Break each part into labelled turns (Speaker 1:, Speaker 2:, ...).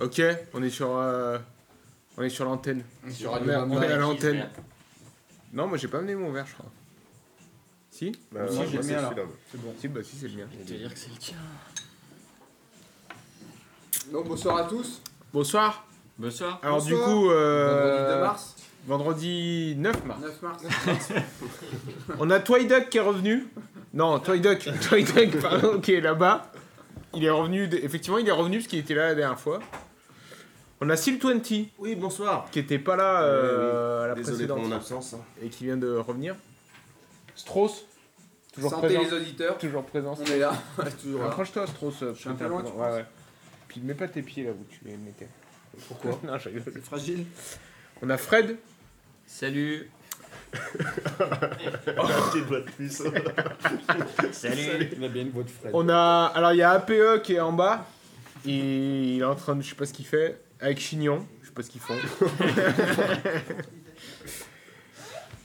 Speaker 1: Ok, on est sur, euh, on est sur l'antenne.
Speaker 2: Sur
Speaker 1: On
Speaker 2: Radio
Speaker 1: est, Mmh. on
Speaker 2: Bamba.
Speaker 1: est à l'antenne. Non, moi j'ai pas amené mon verre, je crois. Si
Speaker 3: Bah,
Speaker 1: Si, j'ai
Speaker 3: moi, moi,
Speaker 1: le
Speaker 3: c'est
Speaker 1: mien,
Speaker 3: celui-là.
Speaker 1: C'est bon. Si, bah si, c'est le mien.
Speaker 2: Je vais dire que c'est le tien.
Speaker 4: Donc bonsoir à tous.
Speaker 1: Bonsoir.
Speaker 2: Bonsoir.
Speaker 1: Alors
Speaker 4: Bonsoir.
Speaker 1: du coup,
Speaker 4: Vendredi 2
Speaker 1: euh,
Speaker 4: mars,
Speaker 1: vendredi 9 mars.
Speaker 4: 9 mars.
Speaker 1: On a Twiduck qui est revenu. Non, Twiduck, Twiduck, pardon, qui est là-bas. Il est revenu, de- effectivement, il est revenu parce qu'il était là la dernière fois. On a Seal20
Speaker 3: Oui, bonsoir.
Speaker 1: qui était pas là euh, à la
Speaker 3: Désolé pour
Speaker 1: précédente
Speaker 3: mon absence. hein.
Speaker 1: et qui vient de revenir. Strauss, toujours
Speaker 4: Santé
Speaker 1: présent.
Speaker 4: les auditeurs.
Speaker 1: Toujours présent.
Speaker 4: On est là. toujours là.
Speaker 1: Euh, Accroche-toi, Strauss. Je
Speaker 4: suis un peu loin, tu
Speaker 1: ouais, ouais. Puis mets pas tes pieds là où tu les mettais. Pourquoi Non, je rigole.
Speaker 4: Fragile.
Speaker 1: On a Fred.
Speaker 2: Salut.
Speaker 3: Tes doigts de cuisse.
Speaker 2: Salut.
Speaker 5: Il a bien une voix de Fred.
Speaker 1: On a. Alors, il y a APE qui est en bas. Il, il est en train de. Je sais pas ce qu'il fait. Avec Chignon. Je sais pas ce qu'ils font.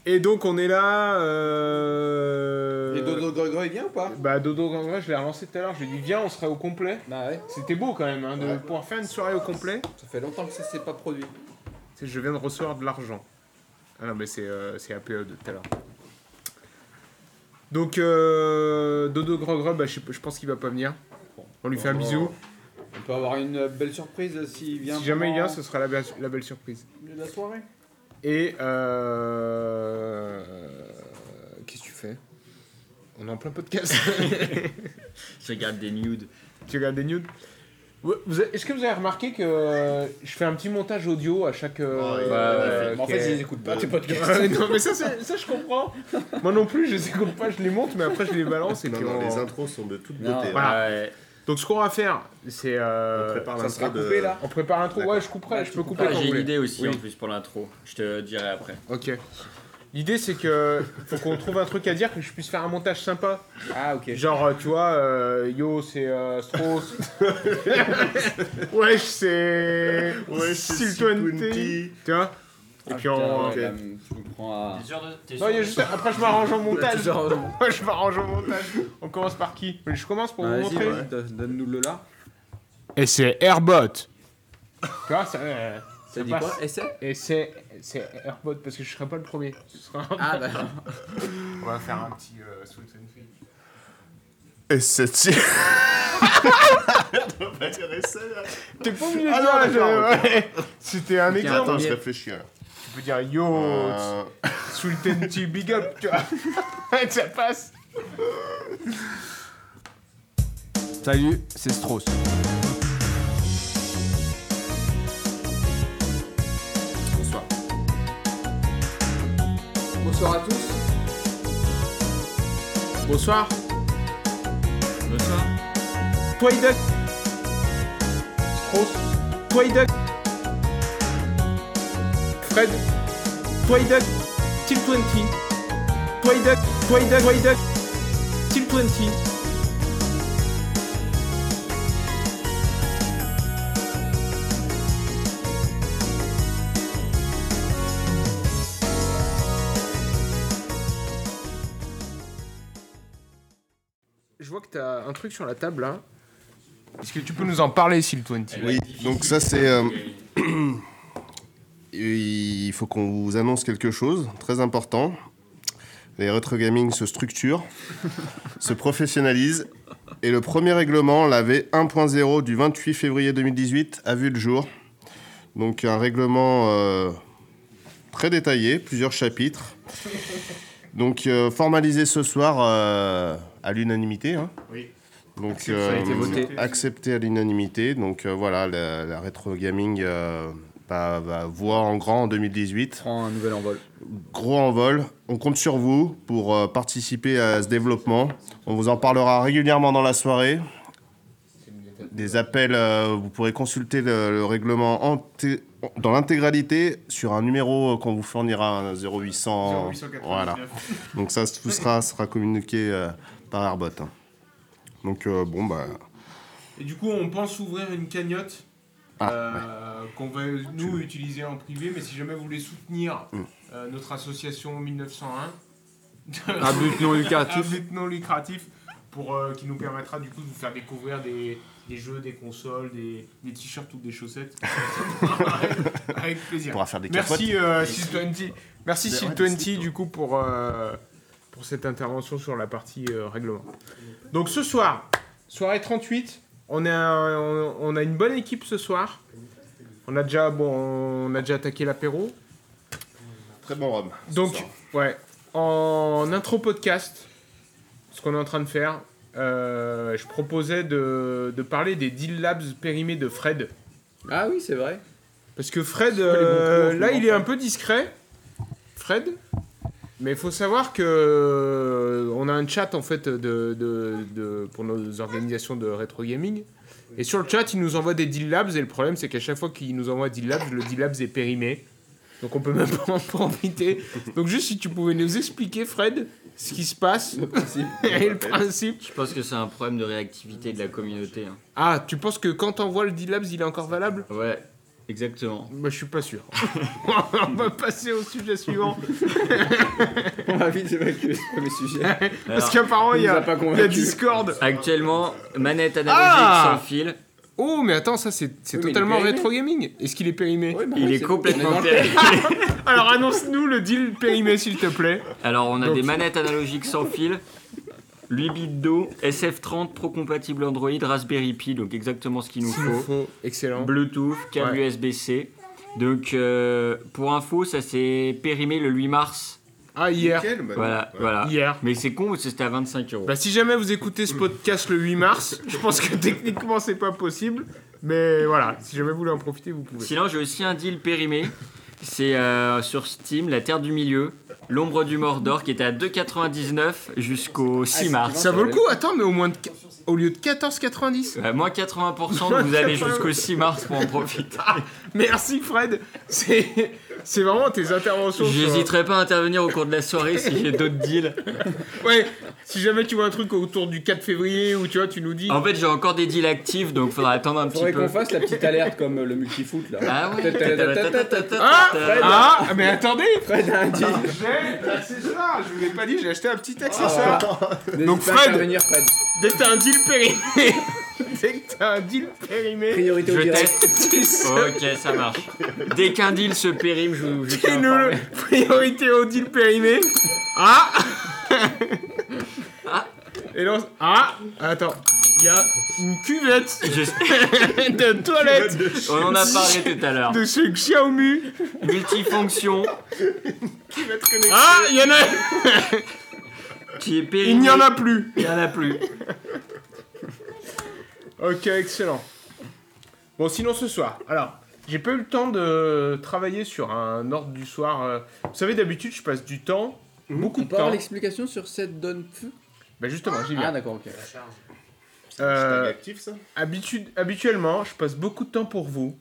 Speaker 1: Et donc, on est là. Euh...
Speaker 4: Et Dodo Grogro est bien ou pas
Speaker 1: Bah, Dodo Gangra, je l'ai relancé tout à l'heure. Je lui ai dit, viens, on serait au complet.
Speaker 4: Bah ouais.
Speaker 1: C'était beau quand même, hein, de pouvoir faire une soirée au complet.
Speaker 4: Ça fait longtemps que ça s'est pas produit.
Speaker 1: Tu sais, Je viens de recevoir de l'argent. Ah non, mais c'est euh, c'est APE de tout à l'heure. Donc, euh, Dodo Grogre, bah, je, sais pas- je pense qu'il va pas venir. On lui fait un bisou.
Speaker 4: On peut avoir une euh, belle surprise euh, s'il vient.
Speaker 1: Si jamais il vient,
Speaker 4: pendant
Speaker 1: ce sera la, belle- la belle surprise.
Speaker 4: la soirée.
Speaker 1: Et. Euh, Qu'est-ce que tu fais On est en plein podcast.
Speaker 2: Je regarde des nudes.
Speaker 1: tu regardes des news Est-ce que vous avez remarqué que euh, je fais un petit montage audio à chaque. euh,
Speaker 3: Ouais,
Speaker 1: euh,
Speaker 5: Mais Bah, en
Speaker 1: quai-
Speaker 5: fait, ils
Speaker 4: Ah,
Speaker 5: écoutent pas tes podcasts.
Speaker 1: Ouais, non mais ça, c'est- ça je comprends. Moi non plus je les écoute pas, je les monte mais après je les balance et
Speaker 3: Non,
Speaker 1: puis
Speaker 3: non,
Speaker 1: on-
Speaker 3: les intros sont de toute
Speaker 5: Non,
Speaker 3: beauté.
Speaker 1: voilà.
Speaker 3: hein.
Speaker 2: Ouais.
Speaker 1: Donc ce qu'on va faire c'est euh,
Speaker 3: On prépare
Speaker 5: ça sera
Speaker 3: l'intro de-
Speaker 5: coupé, là.
Speaker 1: on prépare l'intro.
Speaker 3: D'accord.
Speaker 1: Ouais je couperai,
Speaker 5: Ouais,
Speaker 1: je
Speaker 5: tu
Speaker 1: peux
Speaker 5: coupes.
Speaker 1: couper
Speaker 2: Ah,
Speaker 1: quand
Speaker 2: J'ai
Speaker 1: vous
Speaker 2: une
Speaker 1: voulez.
Speaker 2: idée aussi
Speaker 1: Oui.
Speaker 2: en plus pour l'intro. Je te dirai après.
Speaker 1: Ok. L'idée c'est que faut qu'on trouve un truc à dire que je puisse faire un montage sympa.
Speaker 5: Ah, ok.
Speaker 1: Genre euh, tu vois euh, yo c'est euh, Strauss. Wesh c'est
Speaker 3: Ouais, c'est
Speaker 1: Seal
Speaker 3: Seal20.
Speaker 1: 20. Tu vois Et
Speaker 5: Ah,
Speaker 1: puis
Speaker 5: putain,
Speaker 1: on
Speaker 5: ouais, là, Je me prends à.
Speaker 1: Ah. Non, il y a juste après je m'arrange en
Speaker 4: Bah,
Speaker 1: montage.
Speaker 5: Genre, non.
Speaker 1: Moi, je m'arrange au montage. On commence par qui Je commence pour
Speaker 4: Bah,
Speaker 1: vous
Speaker 4: vas-y,
Speaker 1: montrer.
Speaker 4: vas-y, don- donne-nous le là.
Speaker 1: Et c'est Airbot. Tu vois, ça. euh,
Speaker 4: Ça dit
Speaker 1: dit quoi,
Speaker 4: quoi Essai
Speaker 1: et c'est c'est Airbot parce que je serai pas le premier. Ce sera un-
Speaker 4: Ah bah.
Speaker 1: On va faire un petit euh, sweet and free.
Speaker 3: Et c'est
Speaker 1: T'es pas obligé de
Speaker 3: Ah
Speaker 1: dire.
Speaker 3: non,
Speaker 1: là,
Speaker 3: d'accord,
Speaker 1: je- ouais. C'était un exemple.
Speaker 3: Attends, je réfléchis. hein.
Speaker 1: Tu peux dire yo,
Speaker 3: Euh,
Speaker 1: sweet and tea, big up, tu vois. ça passe.
Speaker 5: Salut, c'est Strauss.
Speaker 3: Bonsoir.
Speaker 4: Bonsoir à tous.
Speaker 1: Bonsoir.
Speaker 2: Bonsoir.
Speaker 1: Toi, Duck. Strauss. Toi, Duck. Fred. Toi, Duck. Till 20. Toi, Duck. Toi, Duck. Toi, Duck. Till 20. Je vois que t'as un truc sur la table là. Est-ce que tu peux nous en parler, Till 20
Speaker 3: Oui, donc ça, c'est. euh, il faut qu'on vous annonce quelque chose, très important. Les rétro gaming se structurent, se professionnalisent, et le premier règlement, la V1.0 du 28 février 2018, a vu le jour. Donc un règlement euh, très détaillé, plusieurs chapitres. Donc euh, formalisé ce soir euh, à l'unanimité. hein. Donc
Speaker 1: Ça a été
Speaker 3: euh,
Speaker 1: voté.
Speaker 3: accepté à l'unanimité. Donc euh, voilà, la, la rétro gaming euh, bah, va voir en grand en 2018
Speaker 5: Prends un nouvel envol.
Speaker 3: gros envol. On compte sur vous pour euh, participer à ce développement. On vous en parlera régulièrement dans la soirée. Des appels, euh, vous pourrez consulter le, le règlement en té- dans l'intégralité sur un numéro euh, qu'on vous fournira, un 0800. Voilà. Donc ça, tout sera, sera communiqué euh, par Airbot. hein. Donc euh, bon, bah,
Speaker 1: Et du coup, on pense ouvrir une cagnotte
Speaker 3: Ah,
Speaker 1: euh, qu'on va nous utiliser en privé, mais si jamais vous voulez soutenir
Speaker 3: Mm.
Speaker 1: euh, notre association 1901,
Speaker 2: Un but non
Speaker 1: à but non lucratif, pour euh, qui nous permettra du coup de vous faire découvrir des, des jeux, des consoles, des, des t-shirts ou des chaussettes. Avec- Avec
Speaker 3: On
Speaker 1: plaisir.
Speaker 3: pourra faire des capotes.
Speaker 1: Merci euh, 620. Merci
Speaker 3: Ouais,
Speaker 1: 620 du coup pour, euh, pour cette intervention sur la partie euh, règlement. Donc ce soir, soirée 38, on a, on, on a une bonne équipe ce soir. On a déjà, bon, on a déjà attaqué l'apéro.
Speaker 3: Très bon rhum. ce
Speaker 1: Donc,
Speaker 3: soir.
Speaker 1: ouais, en intro podcast, ce qu'on est en train de faire, euh, je proposais de, de parler des Deal Labs périmés de Fred.
Speaker 4: Ah oui, c'est vrai.
Speaker 1: Parce que Fred,
Speaker 4: quoi les bons
Speaker 1: euh,
Speaker 4: coups en ce
Speaker 1: là,
Speaker 4: moment,
Speaker 1: il est un
Speaker 4: Fred
Speaker 1: peu discret. Fred mais il faut savoir que euh, on a un chat en fait de, de- de- pour nos organisations de rétro gaming. Et sur le chat, il nous envoie des deal labs. Et le problème, c'est qu'à chaque fois qu'il nous envoie deal labs, le deal labs est périmé. Donc on peut même pas en profiter. Donc juste si tu pouvais nous expliquer, Fred, ce qui se passe et le principe.
Speaker 2: Je pense que c'est un problème de réactivité de la communauté. hein.
Speaker 1: Ah, tu penses que quand t'envoies le deal labs, il est encore valable
Speaker 2: Ouais, exactement.
Speaker 1: Moi, je suis pas sûr. on va passer au sujet suivant.
Speaker 4: On va vite évacuer ce premier sujet.
Speaker 1: Parce
Speaker 2: Alors,
Speaker 1: qu'apparemment, il y
Speaker 4: nous
Speaker 1: a,
Speaker 4: a pas
Speaker 1: il y a
Speaker 4: convaincus.
Speaker 1: Discord.
Speaker 2: Actuellement, manette analogique
Speaker 1: Ah
Speaker 2: sans fil,
Speaker 1: Oh, mais attends, ça, c'est c'est
Speaker 4: Oui, mais il est
Speaker 1: totalement
Speaker 4: périmé.
Speaker 1: rétro gaming. Est-ce qu'il est périmé
Speaker 4: Oui, bah
Speaker 2: il
Speaker 4: oui,
Speaker 2: est
Speaker 4: c'est-
Speaker 2: complètement
Speaker 4: on est dans-
Speaker 2: périmé.
Speaker 1: Alors, annonce-nous le deal périmé, s'il te plaît.
Speaker 2: Alors, on a
Speaker 1: Donc-
Speaker 2: des manettes analogiques sans fil, 8 bits d'eau, SF30 Pro compatible Android, Raspberry Pi, donc exactement ce qu'il nous
Speaker 1: S'il nous
Speaker 2: faut.
Speaker 1: faut. Excellent.
Speaker 2: Bluetooth, câble
Speaker 1: Ouais.
Speaker 2: USB-C. Donc, euh, pour info, ça s'est périmé le 8 mars.
Speaker 1: Ah, hier. Ah.
Speaker 3: Nickel, bah,
Speaker 2: Voilà,
Speaker 3: ouais.
Speaker 2: voilà.
Speaker 1: Hier.
Speaker 2: Mais c'est con, parce que c'était à 25 euros.
Speaker 1: Bah, si jamais vous écoutez ce podcast le 8 mars, je pense que techniquement, c'est pas possible. Mais voilà, si jamais vous voulez en profiter, vous pouvez.
Speaker 2: Sinon, j'ai aussi un deal périmé. C'est euh, sur Steam, La Terre du Milieu, L'ombre du Mordor, qui était à 2,99 jusqu'au 6 mars.
Speaker 1: Ça vaut le coup Attends, mais au moins de qu- au lieu de 14,90
Speaker 2: Euh, moins 80%, donc vous allez jusqu'au 6 mars pour en profiter.
Speaker 1: Merci, Fred. C'est c'est vraiment tes interventions. sur-
Speaker 2: J'hésiterai pas à intervenir au cours de la soirée si j'ai d'autres deals.
Speaker 1: Ouais, si jamais tu vois un truc autour du 4 février ou tu vois, tu nous dis.
Speaker 2: En fait, j'ai encore des deals actifs, donc faudra attendre un petit
Speaker 4: Faudrait
Speaker 2: peu.
Speaker 4: qu'on fasse la petite alerte comme euh, le multifoot là.
Speaker 2: Ah oui.
Speaker 1: Ah, ah, mais attendez
Speaker 4: hein? Fred a un dit.
Speaker 1: J'ai l'accessoire, je vous l'ai pas dit, j'ai acheté un petit accessoire.
Speaker 4: Ah.
Speaker 1: Donc,
Speaker 4: N'hésite pas à
Speaker 1: Fred.
Speaker 4: intervenir, Fred.
Speaker 1: Dès que t'as un deal périmé, dès que t'as un deal périmé,
Speaker 4: Priorité au
Speaker 2: Je
Speaker 4: direct.
Speaker 2: teste.
Speaker 1: tu sais
Speaker 2: Ok, ça marche. Dès qu'un deal se périme, je vous je vous
Speaker 1: qu'il
Speaker 2: tiens
Speaker 1: nous
Speaker 2: informé.
Speaker 1: priorité au deal périmé. Ah
Speaker 2: Ah.
Speaker 1: Et là, on s- ah Attends, il y a une cuvette
Speaker 2: Je-
Speaker 1: de toilette
Speaker 2: On en a parlé tout à l'heure.
Speaker 1: de chez Xiaomi.
Speaker 2: Multifonction
Speaker 1: Ah, il y en a
Speaker 2: qui est périmé.
Speaker 1: Il n'y en a plus
Speaker 2: Il y en a plus.
Speaker 1: Ok, excellent. Bon, sinon ce soir, alors, j'ai pas eu le temps de travailler sur un ordre du soir. euh, Vous savez, d'habitude, je passe du temps,
Speaker 4: Mhm, On
Speaker 1: beaucoup de
Speaker 4: peut avoir
Speaker 1: temps.
Speaker 4: l'explication sur cette donne feu
Speaker 1: Bah justement, j'y viens.
Speaker 4: Ah d'accord, ok.
Speaker 1: Euh,
Speaker 3: Hashtag actif, ça
Speaker 1: Habitu- habituellement, je passe beaucoup de temps pour vous,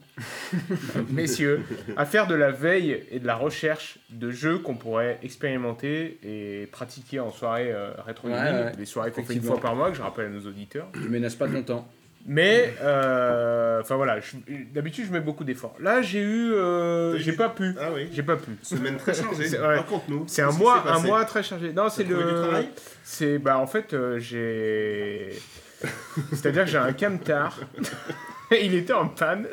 Speaker 1: messieurs, à faire de la veille et de la recherche de jeux qu'on pourrait expérimenter et pratiquer en soirée euh, rétro
Speaker 4: Ouais,
Speaker 1: gaming,
Speaker 4: ouais.
Speaker 1: des soirées qu'on fait une
Speaker 4: Effectivement.
Speaker 1: fois par mois, que je rappelle à nos auditeurs.
Speaker 4: Je ménage pas ton temps.
Speaker 1: Mais, euh, enfin voilà, je- d'habitude je mets beaucoup d'efforts. Là, j'ai eu, euh,
Speaker 3: T'as eu
Speaker 1: j'ai
Speaker 3: du-
Speaker 1: pas pu,
Speaker 3: Ah oui.
Speaker 1: j'ai pas pu.
Speaker 3: Semaine très chargée.
Speaker 1: C'est vrai.
Speaker 3: Raconte-nous.
Speaker 1: C'est un
Speaker 3: Qu'est-ce qui
Speaker 1: mois,
Speaker 3: s'est
Speaker 1: un
Speaker 3: passé
Speaker 1: mois très chargé. Non, c'est
Speaker 3: trouvé du
Speaker 1: le.
Speaker 3: travail
Speaker 1: C'est bah en fait euh, j'ai. C'est-à-dire que j'ai un camtar. Il était en panne.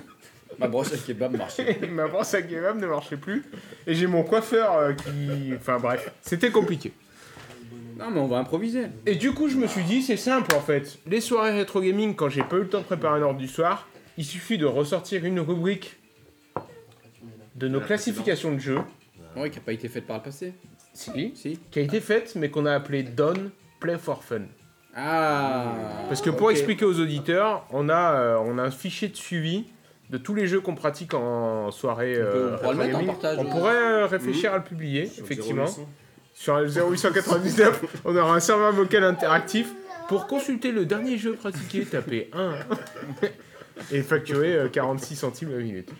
Speaker 4: Ma brosse à kebab marche.
Speaker 1: Et ma brosse à kebab ne marchait plus. Et j'ai mon coiffeur euh, qui. Enfin bref, c'était compliqué.
Speaker 4: Non mais on va improviser.
Speaker 1: Et du coup, je me suis dit, c'est simple en fait. Les soirées rétro gaming, quand j'ai pas eu le temps de préparer l'ordre du soir, il suffit de ressortir une rubrique de nos classifications de jeux
Speaker 4: Ouais, Ah qui a pas été faite par le passé.
Speaker 1: si,
Speaker 4: Si.
Speaker 1: qui a été faite, mais qu'on a appelée Don Play for Fun.
Speaker 4: Ah.
Speaker 1: Parce que pour
Speaker 4: ok.
Speaker 1: expliquer aux auditeurs, on a, euh, on a un fichier de suivi de tous les jeux qu'on pratique en soirée. euh,
Speaker 4: On peut- on pourra le
Speaker 1: rétro
Speaker 4: mettre en
Speaker 1: gaming.
Speaker 4: partage.
Speaker 1: On pourrait euh, réfléchir à le publier,
Speaker 3: Sur
Speaker 1: effectivement.
Speaker 3: 0800.
Speaker 1: Sur le 0899, on aura un serveur vocal interactif. Pour consulter le dernier jeu pratiqué, tapez 1 et facturer euh, 46 centimes la minute.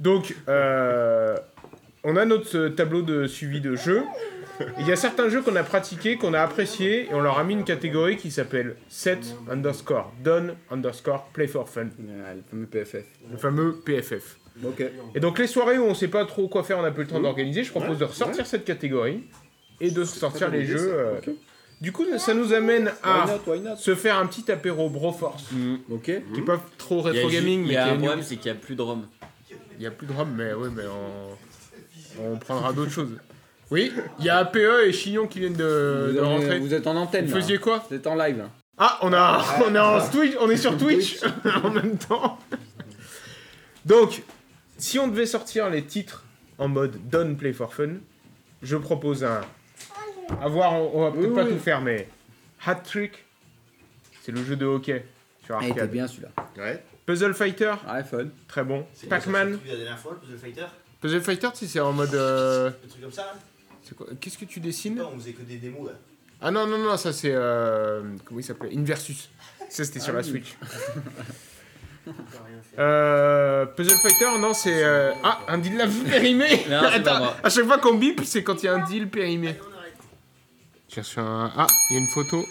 Speaker 1: Donc, euh, on a notre euh, tableau de suivi de jeux. Il y a certains jeux qu'on a pratiqués, qu'on a appréciés, et on leur a mis une catégorie qui s'appelle set underscore done underscore play for fun,
Speaker 4: Ah, le fameux PFF.
Speaker 1: le fameux PFF.
Speaker 4: Ok.
Speaker 1: Et donc les soirées où on sait pas trop
Speaker 4: Mmh.
Speaker 1: quoi faire, on n'a pas le temps d'organiser, je propose de ressortir cette catégorie et de ressortir
Speaker 3: bonne
Speaker 1: les
Speaker 3: idée,
Speaker 1: jeux.
Speaker 3: ça.
Speaker 1: euh,
Speaker 4: Ok.
Speaker 1: Du coup, ça nous amène à
Speaker 4: Why not, why not Euh,
Speaker 1: se faire un petit apéro Broforce.
Speaker 4: Ah. Ok.
Speaker 1: Qui est pas trop
Speaker 2: Il y a,
Speaker 1: rétro
Speaker 2: ju-
Speaker 1: gaming,
Speaker 2: il
Speaker 1: mais
Speaker 2: y
Speaker 1: qui
Speaker 2: a
Speaker 1: est
Speaker 2: un
Speaker 1: nul.
Speaker 2: problème, c'est qu'il n'y a plus de rhum.
Speaker 1: Il n'y a plus de rhum, mais ouais, mais on, on prendra d'autres choses. Oui, il y a APE et Chignon qui viennent de,
Speaker 5: Vous,
Speaker 1: de
Speaker 5: en-
Speaker 1: rentrer. Vous,
Speaker 5: vous êtes en antenne. là.
Speaker 1: faisiez quoi
Speaker 5: Vous êtes en live. là.
Speaker 1: Ah, on, a, on, est en Twitch, on est sur Twitch en même temps. Donc, si on devait sortir les titres en mode Don't Play for Fun, je propose un. À voir, on, on va peut-être
Speaker 5: Oui,
Speaker 1: pas
Speaker 5: oui.
Speaker 1: tout faire, mais Hat Trick, c'est le jeu de hockey sur
Speaker 4: Eh,
Speaker 5: Ah, il était
Speaker 1: arcade.
Speaker 5: bien celui-là.
Speaker 3: Ouais.
Speaker 1: Puzzle Fighter,
Speaker 5: Ah, fun.
Speaker 4: Oh,
Speaker 1: très bon.
Speaker 6: C'est quoi, ça, c'est le
Speaker 1: Pac-Man.
Speaker 6: truc de La dernière fois, le Puzzle Fighter
Speaker 1: Puzzle Fighter, tu sais, c'est en mode. euh,
Speaker 6: Le truc comme ça là
Speaker 1: c'est quoi- Qu'est-ce que tu dessines
Speaker 6: Non, on faisait que des démos là.
Speaker 1: Ah non, non, non, ça c'est. euh, comment il s'appelait Inversus. Ça c'était sur la Switch.
Speaker 6: On peut rien faire.
Speaker 1: Euh, Puzzle Fighter, non, c'est. euh, Ah, un deal là, périmé
Speaker 2: Non, c'est pas moi.
Speaker 1: à chaque fois qu'on bip, c'est quand il y a un deal périmé. J'ai reçu un. Ah, il y a une photo.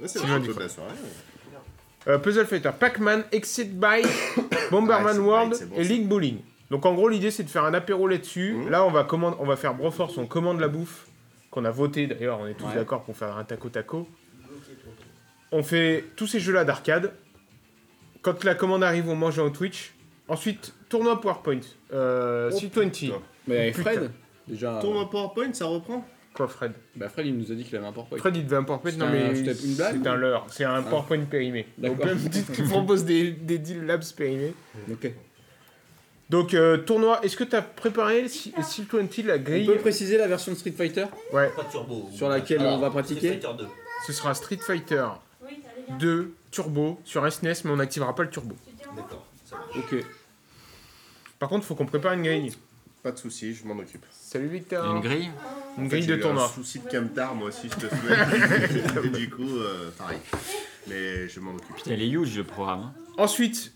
Speaker 3: Ouais, c'est
Speaker 1: Si
Speaker 3: vrai,
Speaker 1: je dis
Speaker 3: toute la soirée.
Speaker 1: Euh, Puzzle Fighter, Pac-Man, Exit Bike, Bomberman
Speaker 3: Ah, Exit Bike,
Speaker 1: World
Speaker 3: c'est bon,
Speaker 1: et
Speaker 3: ça.
Speaker 1: League Bowling. Donc en gros, l'idée c'est de faire un apéro là-dessus.
Speaker 3: Mhm.
Speaker 1: Là, on va, commande, on va faire Broforce, on commande la bouffe qu'on a voté. D'ailleurs, on est tous
Speaker 5: Ouais.
Speaker 1: d'accord pour faire un taco taco. On fait tous ces jeux-là d'arcade. Quand la commande arrive, on mange en Twitch. Ensuite, tournoi PowerPoint. Euh,
Speaker 3: Oh,
Speaker 1: 620.
Speaker 3: putain.
Speaker 5: Mais avec
Speaker 1: Putain.
Speaker 5: Fred, déjà.
Speaker 4: euh,
Speaker 3: Tournoi PowerPoint, ça reprend
Speaker 1: Quoi, Fred
Speaker 5: Bah, Fred, il nous a dit qu'il avait un porte
Speaker 1: Fred, il devait un PowerPoint.
Speaker 5: C'est
Speaker 1: Non,
Speaker 5: un-
Speaker 1: mais
Speaker 5: c'était une blague,
Speaker 1: c'est
Speaker 5: ou-
Speaker 1: un leurre. C'est un PowerPoint périmé. Donc,
Speaker 5: D'accord.
Speaker 1: même titre qu'il propose des, des deals labs périmés.
Speaker 5: Ok.
Speaker 1: Donc, euh, tournoi, est-ce que t'as préparé si- Seal 20 la
Speaker 5: On
Speaker 1: grille
Speaker 5: peut préciser la version de Street Fighter
Speaker 1: Ouais,
Speaker 6: Pas de turbo.
Speaker 5: sur laquelle
Speaker 6: Alors,
Speaker 5: on va pratiquer
Speaker 6: Street Fighter 2.
Speaker 1: ce sera Street Fighter
Speaker 7: Oui, allez, viens.
Speaker 1: 2 Turbo sur SNES, mais on n'activera pas le turbo.
Speaker 7: Tu te dis au revoir.
Speaker 6: D'accord. ça marche.
Speaker 5: Ok.
Speaker 1: Par contre, faut qu'on prépare une grille.
Speaker 3: Pas de soucis, je m'en occupe.
Speaker 1: Salut Victor
Speaker 2: Une grille
Speaker 1: Une
Speaker 3: En fait,
Speaker 1: grille
Speaker 3: j'ai
Speaker 1: de
Speaker 3: eu Un
Speaker 1: tournoi.
Speaker 3: souci de camtar, moi aussi, je te souhaite. Et du coup, euh, pareil. Mais je m'en occupe.
Speaker 2: Putain, il est huge le programme. hein.
Speaker 1: Ensuite,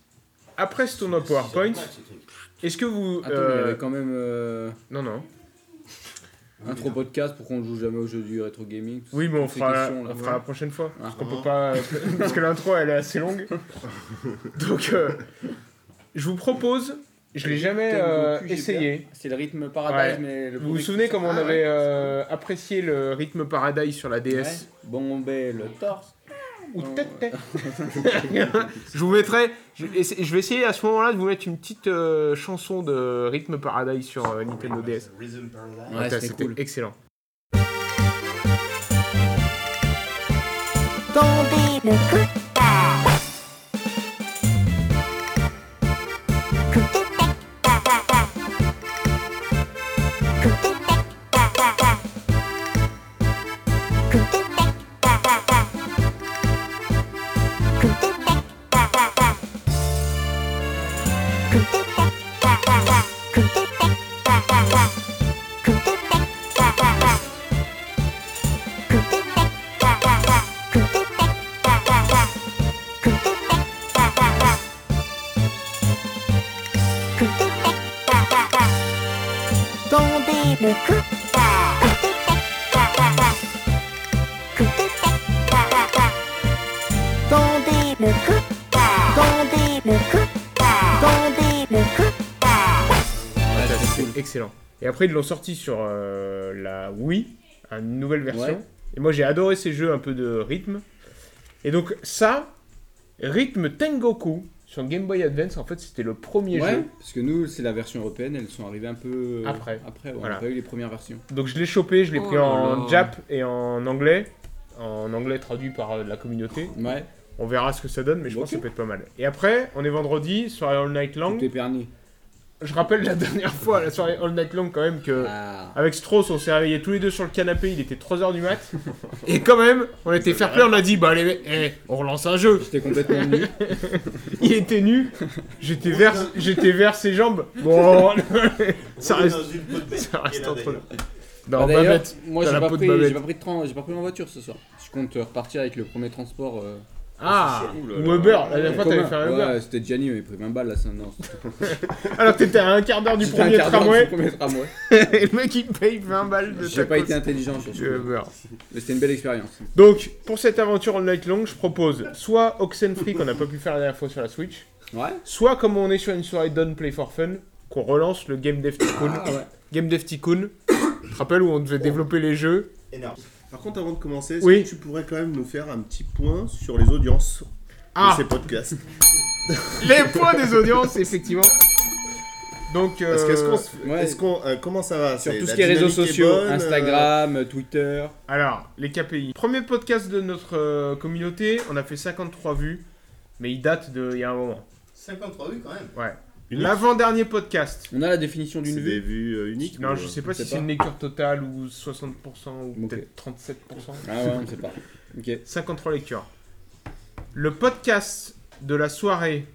Speaker 1: après ce tournoi PowerPoint,
Speaker 6: C'est normal, ce truc.
Speaker 1: est-ce que vous.
Speaker 5: Attends, mais il y
Speaker 1: euh,
Speaker 5: avait quand même euh,
Speaker 1: Non, non.
Speaker 5: intro podcast pour qu'on joue jamais au jeu du rétro gaming. tout ça.
Speaker 1: Oui, mais on
Speaker 5: Ces
Speaker 1: fera, la,
Speaker 5: questions-là.
Speaker 1: on fera la prochaine fois.
Speaker 5: Ah.
Speaker 1: Parce qu'on peut pas. euh, parce que l'intro, elle est assez longue. Donc, euh, je vous propose. Je l'ai jamais
Speaker 5: Thème
Speaker 1: euh,
Speaker 5: Goku, j'ai
Speaker 1: essayé.
Speaker 5: bien. C'est le rythme paradise,
Speaker 1: Ouais.
Speaker 5: mais le
Speaker 1: Vous vous
Speaker 5: public-
Speaker 1: souvenez comment on
Speaker 3: Ah,
Speaker 1: avait euh, apprécié le rythme Paradise sur la DS
Speaker 5: Ah, Ouais. Bombay le torse.
Speaker 1: Ou
Speaker 5: Ouais.
Speaker 1: tête-tête. Je vous mettrai. Je, essa- je vais essayer à ce moment-là de vous mettre une petite euh, chanson de rythme Paradise sur euh, Nintendo DS.
Speaker 6: Rhythm Paradise.
Speaker 5: Ah, Ouais,
Speaker 1: Attends,
Speaker 5: c'était
Speaker 1: C'était
Speaker 5: cool.
Speaker 1: excellent.
Speaker 8: Tomber le coutard. Coutard. Coutard. Coutard. Coutard. Coutard. Coutard. Coutard. Tomber le coup Tomber le coup Tomber le coup Tomber le coup
Speaker 1: Attends, C'était excellent. Et après, ils l'ont sorti sur euh, la Wii, une nouvelle version.
Speaker 5: Ouais.
Speaker 1: Et moi, j'ai adoré ces jeux un peu de rythme. Et donc, ça, rythme Tengoku sur Game Boy Advance, en fait, c'était le premier
Speaker 5: Ouais,
Speaker 1: jeu.
Speaker 5: parce que nous, c'est la version européenne, elles sont arrivées un peu euh,
Speaker 1: Après.
Speaker 5: Après, ouais,
Speaker 1: Voilà.
Speaker 5: on a pas eu les premières versions.
Speaker 1: Donc je l'ai chopé, je l'ai
Speaker 2: Oh
Speaker 1: pris
Speaker 2: là
Speaker 1: en
Speaker 2: là.
Speaker 1: jap et en anglais. En anglais traduit par euh, la communauté.
Speaker 5: Ouais,
Speaker 1: On verra ce que ça donne, mais je
Speaker 5: Ok.
Speaker 1: pense que ça peut être pas mal. Et après, on est vendredi, soirée All Night
Speaker 5: tout est
Speaker 1: Long.
Speaker 5: permis.
Speaker 1: Je rappelle la dernière fois, la soirée All Night Long, quand même, que
Speaker 5: Ah.
Speaker 1: avec Strauss, on s'est réveillés tous les deux sur le canapé, il était 3h du mat. et quand même, on était fair play, on a dit, bah allez, mec, eh, on relance un jeu.
Speaker 5: J'étais complètement nu.
Speaker 1: Il était nu, j'étais vers, j'étais vers ses jambes. Bon, ça
Speaker 6: On est
Speaker 1: reste,
Speaker 6: dans une peau de bête.
Speaker 1: ça
Speaker 6: Et
Speaker 1: reste
Speaker 6: là,
Speaker 1: entre nous.
Speaker 6: d'ailleurs,
Speaker 1: Non,
Speaker 5: Bah,
Speaker 1: Babette,
Speaker 5: D'ailleurs, moi
Speaker 1: t'as
Speaker 5: j'ai
Speaker 1: la
Speaker 5: pas,
Speaker 1: peau de
Speaker 5: pris- j'ai
Speaker 1: Babette.
Speaker 5: pas pris de train, j'ai pas pris ma voiture ce soir. Je compte euh, repartir avec le premier transport. euh,
Speaker 1: Ah,
Speaker 3: Ouh là
Speaker 1: ou
Speaker 3: là.
Speaker 1: Uber, la dernière fois
Speaker 5: commun.
Speaker 1: t'avais fait un Uber.
Speaker 5: Ouais, c'était Gianni, mais il a pris 20 balles là, ça non. c'était-
Speaker 1: Alors t'étais à un quart d'heure du
Speaker 5: c'était un
Speaker 1: premier
Speaker 5: quart d'heure
Speaker 1: tramway
Speaker 5: du premier tramway.
Speaker 1: et le mec il paye 20 balles de
Speaker 5: J'ai pas Euh,
Speaker 1: tacos.
Speaker 5: été intelligent, je pense.
Speaker 1: Du Uber.
Speaker 5: mais c'était une belle expérience.
Speaker 1: Donc pour cette aventure en night long, je propose soit Oxenfree qu'on n'a pas pu faire la dernière fois sur la Switch,
Speaker 5: Ouais.
Speaker 1: soit comme on est sur une soirée Don't Play for Fun, qu'on relance le Game Dev Tycoon.
Speaker 5: Ah ouais.
Speaker 1: Game Dev Tycoon, je te rappelle où on devait développer les jeux
Speaker 6: Énorme.
Speaker 3: Par contre, avant de commencer, est-ce
Speaker 1: Oui.
Speaker 3: que tu pourrais quand même nous faire un petit point sur les audiences
Speaker 1: Ah.
Speaker 3: de ces podcasts
Speaker 1: Les points des audiences, effectivement. Donc, euh,
Speaker 3: Parce que est-ce qu'on se-
Speaker 5: Ouais.
Speaker 3: est-ce qu'on, euh, comment ça va
Speaker 5: Sur
Speaker 3: C'est-
Speaker 5: tout ce
Speaker 3: la
Speaker 5: qui est réseaux
Speaker 3: dynamique
Speaker 5: sociaux,
Speaker 3: bonne, euh,
Speaker 5: Instagram, Twitter.
Speaker 1: alors, les KPI. Premier podcast de notre euh, communauté, on a fait 53 vues, mais il date de il y a un moment.
Speaker 6: 53 vues quand même.
Speaker 3: Unique.
Speaker 1: L'avant-dernier podcast.
Speaker 5: On a la définition
Speaker 3: C'est
Speaker 5: d'une
Speaker 3: des
Speaker 5: vue.
Speaker 3: vues euh, uniques
Speaker 1: Non,
Speaker 3: ou,
Speaker 1: je
Speaker 3: euh,
Speaker 1: sais pas
Speaker 5: je sais
Speaker 1: si c'est
Speaker 5: pas.
Speaker 1: une lecture totale ou 60% ou
Speaker 5: Ok.
Speaker 1: peut-être 37%.
Speaker 5: Ah ouais, on sait pas. Ok.
Speaker 1: 53 lectures. Le podcast de la soirée.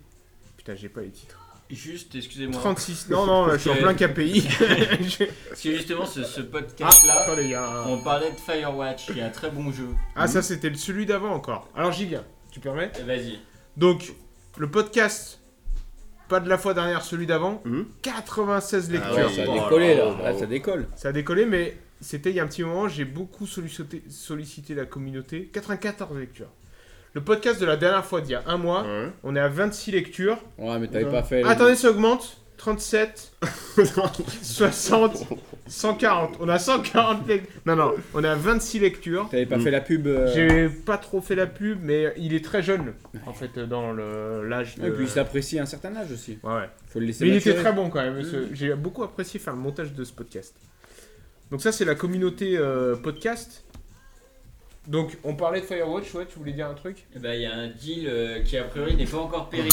Speaker 1: Putain, j'ai pas les titres.
Speaker 2: Juste, excusez-moi.
Speaker 1: 36. Non, non, là, je suis en plein KPI. Je-
Speaker 2: Parce que justement, ce, ce
Speaker 1: Ah,
Speaker 2: podcast-là,
Speaker 1: attendez, il y a un-
Speaker 2: on parlait de Firewatch, qui est un très bon jeu.
Speaker 1: Ah, ça, c'était le- celui d'avant encore. Alors, j'y viens. Tu permets
Speaker 2: Eh, Vas-y.
Speaker 1: Donc, le podcast, pas de la fois dernière, celui d'avant,
Speaker 3: Mhm.
Speaker 1: 96
Speaker 3: Ah
Speaker 1: lectures.
Speaker 5: Ouais,
Speaker 3: oui,
Speaker 5: ça a
Speaker 3: bon,
Speaker 5: décollé
Speaker 3: alors,
Speaker 5: là.
Speaker 3: bravo.
Speaker 5: Là, ça décolle.
Speaker 1: Ça a décollé, mais c'était il y a un petit moment, j'ai beaucoup sollicité, sollicité la communauté. 94 lectures. Le podcast de la dernière fois d'il y a un mois,
Speaker 3: Ouais.
Speaker 1: on est à 26 lectures.
Speaker 5: Ouais, mais t'avais
Speaker 3: Ouais.
Speaker 5: pas fait. les-
Speaker 1: Attendez, ça augmente. 37, 60, 140. On a 140 lectures. Non, non, on est à 26 lectures.
Speaker 5: T'avais pas
Speaker 3: Mm.
Speaker 5: fait la pub. euh,
Speaker 1: J'ai pas trop fait la pub, mais il est très jeune, en fait, dans le- l'âge de...
Speaker 5: Et puis il s'apprécie à un certain âge aussi.
Speaker 1: Ouais, ouais.
Speaker 5: Faut le laisser
Speaker 1: Mais il
Speaker 5: maturer.
Speaker 1: était très bon quand même. ce- J'ai beaucoup apprécié faire le montage de ce podcast. Donc ça, c'est la communauté euh, podcast. Donc, on parlait de Firewatch, ouais, tu voulais dire un truc
Speaker 2: Eh ben, il y a un deal euh, qui, a priori, n'est pas encore périmé.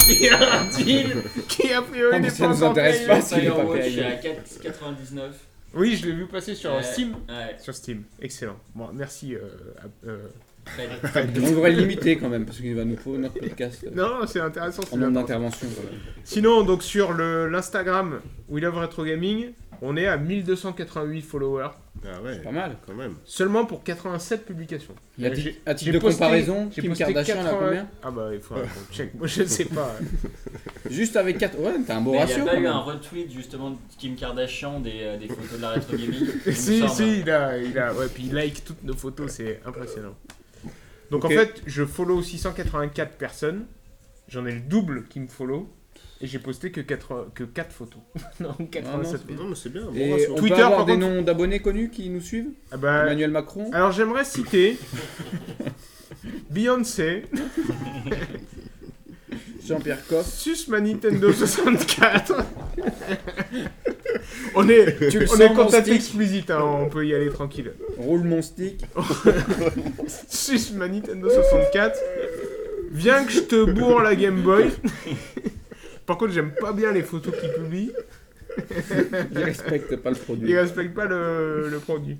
Speaker 1: Il y a un deal qui a priori
Speaker 5: Ah, mais
Speaker 1: n'est
Speaker 5: ça
Speaker 1: pas
Speaker 5: nous
Speaker 1: encore
Speaker 5: intéresse
Speaker 1: payé.
Speaker 5: pas. Parce qu'il est
Speaker 2: Firewatch
Speaker 5: périmé.
Speaker 2: est à 4,99.
Speaker 1: Oui, je l'ai vu passer sur
Speaker 2: Ouais.
Speaker 1: Steam.
Speaker 2: Ah Ouais,
Speaker 1: Sur Steam, excellent. Bon, merci. euh, à- euh,
Speaker 2: très bien.
Speaker 5: On devrait le limiter quand même, parce qu'il va nous faut notre podcast euh,
Speaker 1: Non, c'est intéressant. c'est
Speaker 5: en nombre
Speaker 1: bien.
Speaker 5: d'interventions. euh, quand même.
Speaker 1: Sinon, donc sur le- l'Instagram We Love Retro Gaming, on est à 1288 followers.
Speaker 3: Ah ouais,
Speaker 5: Pas mal.
Speaker 3: quand même.
Speaker 1: Seulement pour 87 publications.
Speaker 5: Et à titre-
Speaker 1: J'ai-
Speaker 5: à titre
Speaker 1: j'ai
Speaker 5: de
Speaker 1: posté-
Speaker 5: comparaison,
Speaker 1: j'ai
Speaker 5: Kim
Speaker 1: posté
Speaker 5: Kardashian, elle a
Speaker 1: 80
Speaker 5: combien
Speaker 1: Ah bah il faut qu'on check. Moi je ne sais pas.
Speaker 5: Juste avec 4. Ouais, t'as un beau
Speaker 2: Mais il n'y
Speaker 5: ratio.
Speaker 2: a pas
Speaker 5: quand
Speaker 2: eu
Speaker 5: même.
Speaker 2: un retweet justement de Kim Kardashian des, euh, des photos de la rétro gaming il me
Speaker 1: si,
Speaker 2: semble.
Speaker 5: hein.
Speaker 1: si, il a, il a. Ouais, puis il like toutes nos photos, c'est impressionnant. Donc
Speaker 5: Ok.
Speaker 1: en fait, je follow 684 personnes. J'en ai le double qui me follow. Et j'ai posté que 4, que 4 photos. non, 87 photos.
Speaker 3: Non, mais c'est bien. bon
Speaker 5: Et
Speaker 3: ratio.
Speaker 5: on
Speaker 1: Twitter,
Speaker 5: peut avoir
Speaker 1: par
Speaker 5: des
Speaker 1: contre-
Speaker 5: noms d'abonnés connus qui nous suivent
Speaker 1: Ah bah,
Speaker 5: Emmanuel Macron
Speaker 1: Alors j'aimerais citer Beyoncé,
Speaker 5: Jean-Pierre Coff
Speaker 1: sus ma Nintendo 64. on est,
Speaker 5: Tu le
Speaker 1: on
Speaker 5: sens,
Speaker 1: est
Speaker 5: mon
Speaker 1: contact
Speaker 5: stick
Speaker 1: explicite, hein, on peut y aller tranquille.
Speaker 5: Roule mon stick
Speaker 1: Sus ma Nintendo 64. Viens que je te bourre la Game Boy. Par contre, j'aime pas bien les photos qu'il publie.
Speaker 5: Il respecte pas le produit.
Speaker 1: Il respecte pas le, le produit.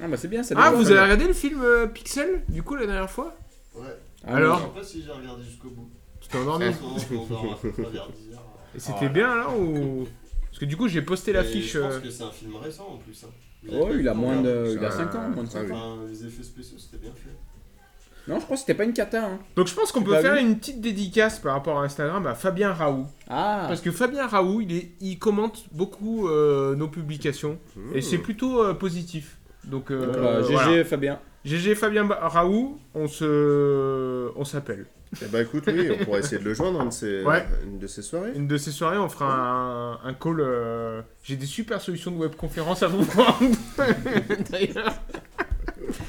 Speaker 5: Ah bah c'est bien, ça
Speaker 1: Ah,
Speaker 5: dépend.
Speaker 1: vous avez regardé le film euh, Pixel du coup la dernière fois
Speaker 6: Ouais.
Speaker 5: Ah,
Speaker 1: Alors
Speaker 6: Je sais pas si j'ai regardé jusqu'au bout.
Speaker 1: Tu t'es endormi
Speaker 6: Parce qu'on se rendort à peu près vers 10 heures.
Speaker 1: Et C'était bien là ou Parce que du coup, j'ai posté
Speaker 6: Et
Speaker 1: l'affiche.
Speaker 6: Eh, Je pense
Speaker 1: euh,
Speaker 6: que c'est un film récent en plus. hein. Vous avez
Speaker 5: Oh,
Speaker 6: pas eu
Speaker 5: il
Speaker 6: le
Speaker 5: a
Speaker 6: temps
Speaker 5: moins
Speaker 6: de
Speaker 5: de, il a
Speaker 1: Ah,
Speaker 5: 5 ans, moins de
Speaker 3: ah
Speaker 5: 5
Speaker 3: oui.
Speaker 5: ans.
Speaker 6: Enfin, les effets spéciaux, c'était bien fait.
Speaker 5: Non, je crois que c'était pas une cata. Hein.
Speaker 1: Donc je pense qu'on
Speaker 5: Tu
Speaker 1: peut
Speaker 5: l'as
Speaker 1: faire
Speaker 5: vu
Speaker 1: une petite dédicace par rapport à Instagram à Fabien Raoult.
Speaker 5: Ah,
Speaker 1: Parce que Fabien Raoult, il, est- il commente beaucoup euh, nos publications.
Speaker 3: Mmh.
Speaker 1: Et c'est plutôt euh, positif. Donc, euh,
Speaker 5: Donc,
Speaker 1: euh,
Speaker 5: euh, GG
Speaker 1: voilà.
Speaker 5: Fabien.
Speaker 1: GG Fabien Ba- Raoult, on se... on s'appelle.
Speaker 3: Eh bah écoute, oui, on pourrait essayer de le joindre à une de ces,
Speaker 1: Ouais.
Speaker 3: une de ces soirées.
Speaker 1: Une de ces soirées, on fera un, un call. euh, J'ai des super solutions de webconférence à vous vendre. D'ailleurs,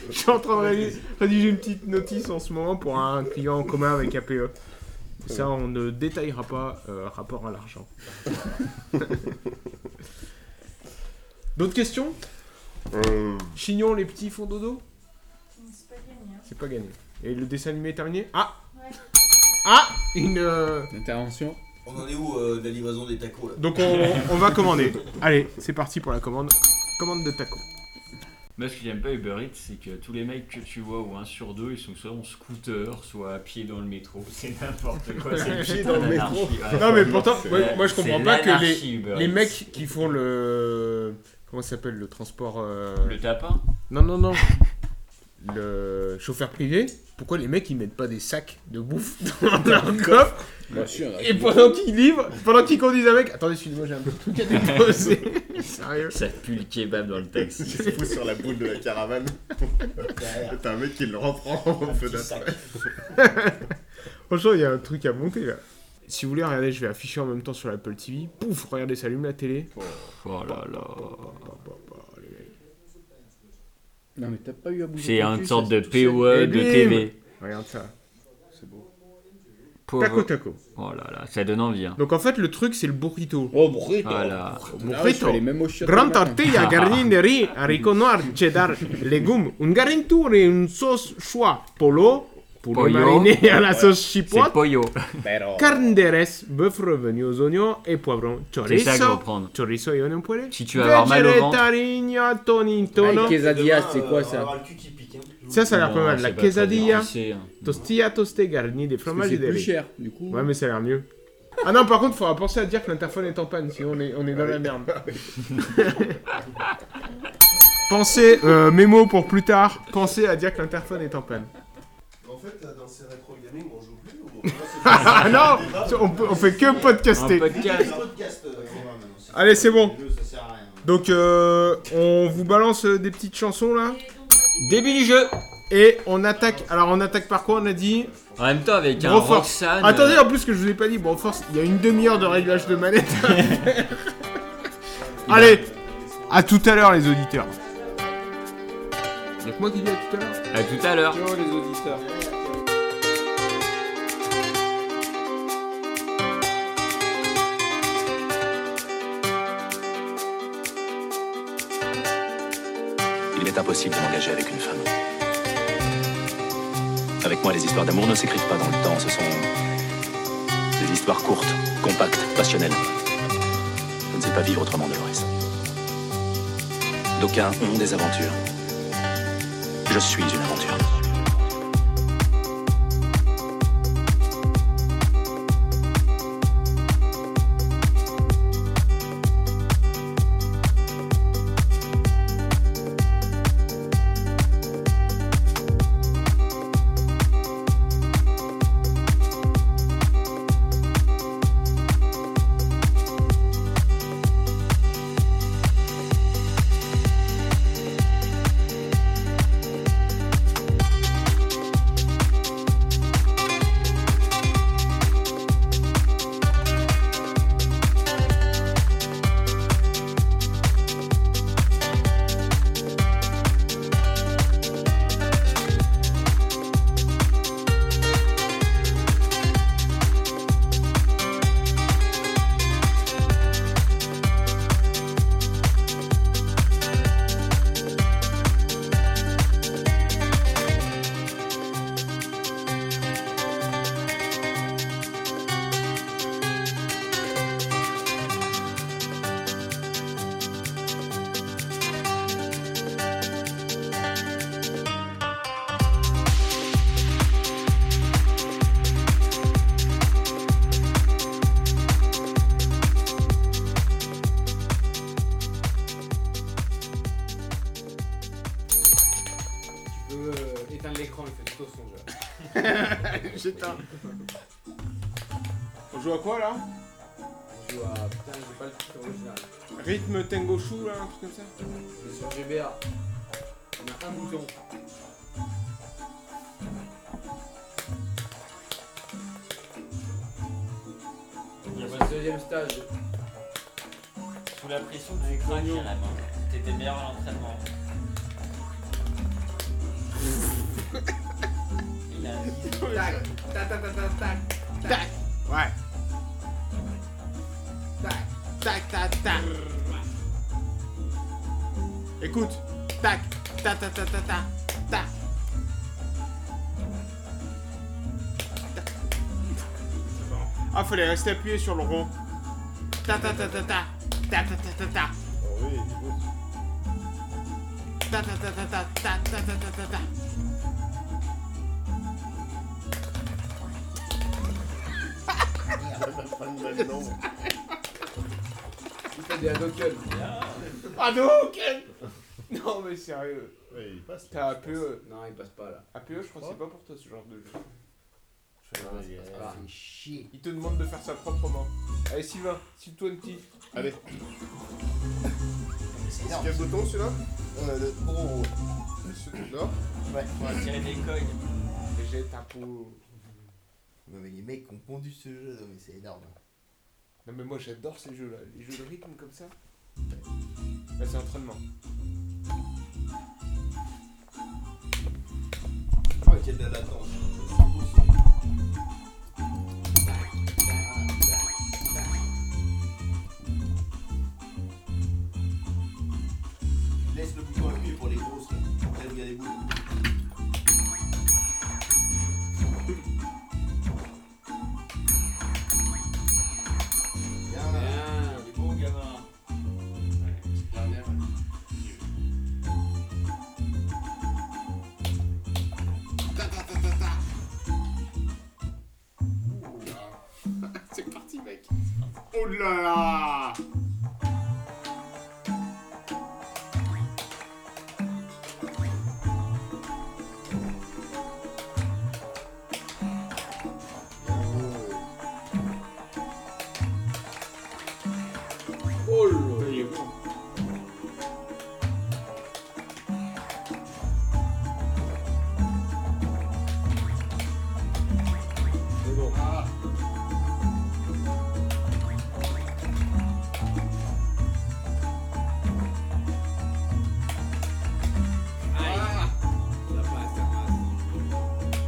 Speaker 1: je suis en train de rédi- rédiger une petite notice en ce moment pour un client en commun avec APE. Ça, on ne détaillera pas euh, rapport à l'argent. D'autres questions
Speaker 3: Hum,
Speaker 1: Chignon, les petits font dodo C'est pas gagné. hein. Et le dessin animé est terminé Ah Ah Une. euh,
Speaker 5: Intervention.
Speaker 6: On en est où euh, de la livraison des tacos là
Speaker 1: Donc on, on va commander. Allez, c'est parti pour la commande. Commande de tacos.
Speaker 2: Moi, ce que j'aime pas Uber Eats, c'est que tous les mecs que tu vois, ou un sur deux, ils sont soit en scooter, soit à pied dans le métro. C'est n'importe quoi. C'est
Speaker 1: Pied
Speaker 2: putain
Speaker 1: dans le
Speaker 2: d'anarchie, ouais.
Speaker 1: Non mais pourtant,
Speaker 2: C'est
Speaker 1: moi,
Speaker 2: la-
Speaker 1: moi, je comprends
Speaker 2: c'est
Speaker 1: pas que les,
Speaker 2: l'anarchie, Uber
Speaker 1: les
Speaker 2: Eats.
Speaker 1: mecs qui font le... Comment ça s'appelle le transport... euh,
Speaker 2: Le tapin
Speaker 1: Non, non, non. Le chauffeur privé. Pourquoi les mecs ils mettent pas des sacs de bouffe dans leur coffre
Speaker 5: Bien sûr.
Speaker 1: et pendant qu'ils livrent, pendant qu'ils conduisent avec... Attendez, excusez-moi, j'ai un petit truc à déposer. Sérieux
Speaker 2: Ça pue le kebab dans le taxi.
Speaker 3: il se fout sur la boule de la caravane.
Speaker 6: Derrière,
Speaker 3: T'as un mec qui le reprend au
Speaker 6: un
Speaker 3: feu
Speaker 6: petit
Speaker 3: d'après.
Speaker 6: sac.
Speaker 1: Franchement, il y a un truc à monter là. Si vous voulez, regardez, je vais afficher en même temps sur l'Apple TV. Pouf, regardez, s'allume la télé.
Speaker 2: Oh là là.
Speaker 1: Bah, bah, bah, les mecs.
Speaker 5: Non, mais t'as pas eu à bouger.
Speaker 2: C'est
Speaker 5: ton
Speaker 2: une
Speaker 5: cul,
Speaker 2: sorte
Speaker 5: ça,
Speaker 2: de
Speaker 5: c'est tout seul.
Speaker 2: POE
Speaker 1: Et
Speaker 2: de
Speaker 1: bim
Speaker 2: TV.
Speaker 1: Regarde ça.
Speaker 5: C'est beau.
Speaker 2: Pauvre-
Speaker 1: Taco taco.
Speaker 2: Oh là là, ça donne envie. hein.
Speaker 1: Donc en fait, le truc, c'est le burrito.
Speaker 5: Oh, brrrr.
Speaker 2: Voilà.
Speaker 5: Ah ouais, je
Speaker 1: Burrito.
Speaker 5: fais les mêmes au chiottes le
Speaker 1: Gran
Speaker 5: matin.
Speaker 2: Ah,
Speaker 1: tortilla, garnine de riz, haricot noir, cheddar, légumes, une garniture et une sauce choix. Polo, pour
Speaker 2: Pollo.
Speaker 1: mariner à la sauce
Speaker 2: C'est
Speaker 1: chipote.
Speaker 2: Pollo.
Speaker 1: Carne de res, bœuf revenu aux oignons et poivrons. Chorizo.
Speaker 2: ça que je vais prendre.
Speaker 1: Chorizo et oignons poêlés.
Speaker 2: Si tu vas avoir mal au ventre.
Speaker 1: Vegetariña, tonintona.
Speaker 5: Avec Bah, quesadillas,
Speaker 1: Ah,
Speaker 6: Demain,
Speaker 5: c'est
Speaker 6: euh,
Speaker 5: quoi
Speaker 6: on va avoir
Speaker 5: ça
Speaker 6: le cul qui pique, hein. Je vous
Speaker 1: Ça, ça a l'air
Speaker 2: Non,
Speaker 1: pas mal.
Speaker 2: c'est
Speaker 1: La
Speaker 2: pas très bien.
Speaker 1: quesadilla,
Speaker 2: C'est, euh,
Speaker 1: tostilla tostée garnie de
Speaker 5: Parce que
Speaker 1: fromage et
Speaker 5: C'est
Speaker 1: de
Speaker 5: plus
Speaker 1: riz.
Speaker 5: cher, du coup.
Speaker 1: Ouais, mais ça a l'air mieux. Ah non, par contre, faudra penser à dire que l'interphone est en panne, sinon on est, on est dans la merde. pensez, euh, mémo pour plus tard, pensez à dire que l'interphone est en panne.
Speaker 6: dire. En fait, là, dans ces rétro gaming, on joue plus ou
Speaker 1: Ah non on, peut- on fait que
Speaker 2: Un
Speaker 1: podcaster.
Speaker 6: C'est
Speaker 2: podcast.
Speaker 6: un podcast. euh, qu'on va maintenant, c'est-
Speaker 1: Allez, c'est bon.
Speaker 6: Le jeu, ça sert à rien.
Speaker 1: Donc, euh, on vous balance euh, des petites chansons là.
Speaker 2: Début du jeu.
Speaker 1: Et on attaque. Alors, on attaque par quoi On a dit.
Speaker 2: En même temps, avec un
Speaker 1: Gros force.
Speaker 2: Roxane.
Speaker 1: Attendez,
Speaker 2: euh,
Speaker 1: en plus que je vous ai pas dit, bon, force, il y a une demi-heure de réglage de manette. à faire. Allez, à tout à l'heure, les auditeurs. Y'a que moi qui dis à tout à l'heure.
Speaker 2: À tout à l'heure.
Speaker 5: Ciao, les auditeurs.
Speaker 7: Il est impossible de m'engager avec une femme. Avec moi, les histoires d'amour ne s'écrivent pas dans le temps. Ce sont des histoires courtes, compactes, passionnelles. Je ne sais pas vivre autrement, Dolores. D'aucuns ont des aventures. Je suis une aventure.
Speaker 9: Tu peux euh, éteindre l'écran, il fait tout au son. genre.
Speaker 1: J'éteins. On joue à quoi là
Speaker 9: Tu vois, putain, j'ai pas le titre original.
Speaker 1: Rythme tango chou là, un truc comme ça
Speaker 9: C'est sur GBA. On a un bouton. Il y a le deuxième stage.
Speaker 10: Sous la pression du crack à la main, t'étais meilleur à l'entraînement. Il a dit
Speaker 9: Tac, tac, tac, tac, tac, tac,
Speaker 1: Ouais.
Speaker 9: tac.
Speaker 1: Tac, tac, tac. Écoute. Tac, tac, tac, tac, tac, tac, tac. Ah, fallait rester appuyé sur le rond. Ta ta ta ta ta. Ta ta ta ta ta. Ta ta ta ta ta ta ta ta ta ta ta.
Speaker 9: Il fait des Hadoken.
Speaker 1: Ah non, Ken Non mais sérieux.
Speaker 6: Ouais, il passe.
Speaker 1: T'as APE.
Speaker 9: Non, il passe pas là.
Speaker 1: APE, je crois que c'est pas pour toi ce genre de jeu.
Speaker 9: Non, ça passe pas. C'est chier.
Speaker 1: Il te demande de faire ça proprement. Allez Sylvain, s'il toi une petite.
Speaker 3: Allez,
Speaker 6: C'est énorme.
Speaker 3: quel bouton celui-là euh, le- Oh Celui de là
Speaker 10: On va tirer des coins.
Speaker 1: Jette un pot.
Speaker 6: Non, mais les mecs ont pondu ce jeu, non, mais c'est énorme.
Speaker 1: Non mais moi j'adore ces jeux là, les jeux de rythme comme ça. Là c'est entraînement.
Speaker 6: qu'elle a l'attente. Laisse le bouton appuyé pour les grosses. J'aime bien les boules. Bien.
Speaker 2: Bien, il est beau, gamin. Dernière.
Speaker 1: C'est parti, mec. Oh là là
Speaker 5: Oh là Il est bon. C'est bon.
Speaker 3: Aïe. Ça passe, ça passe.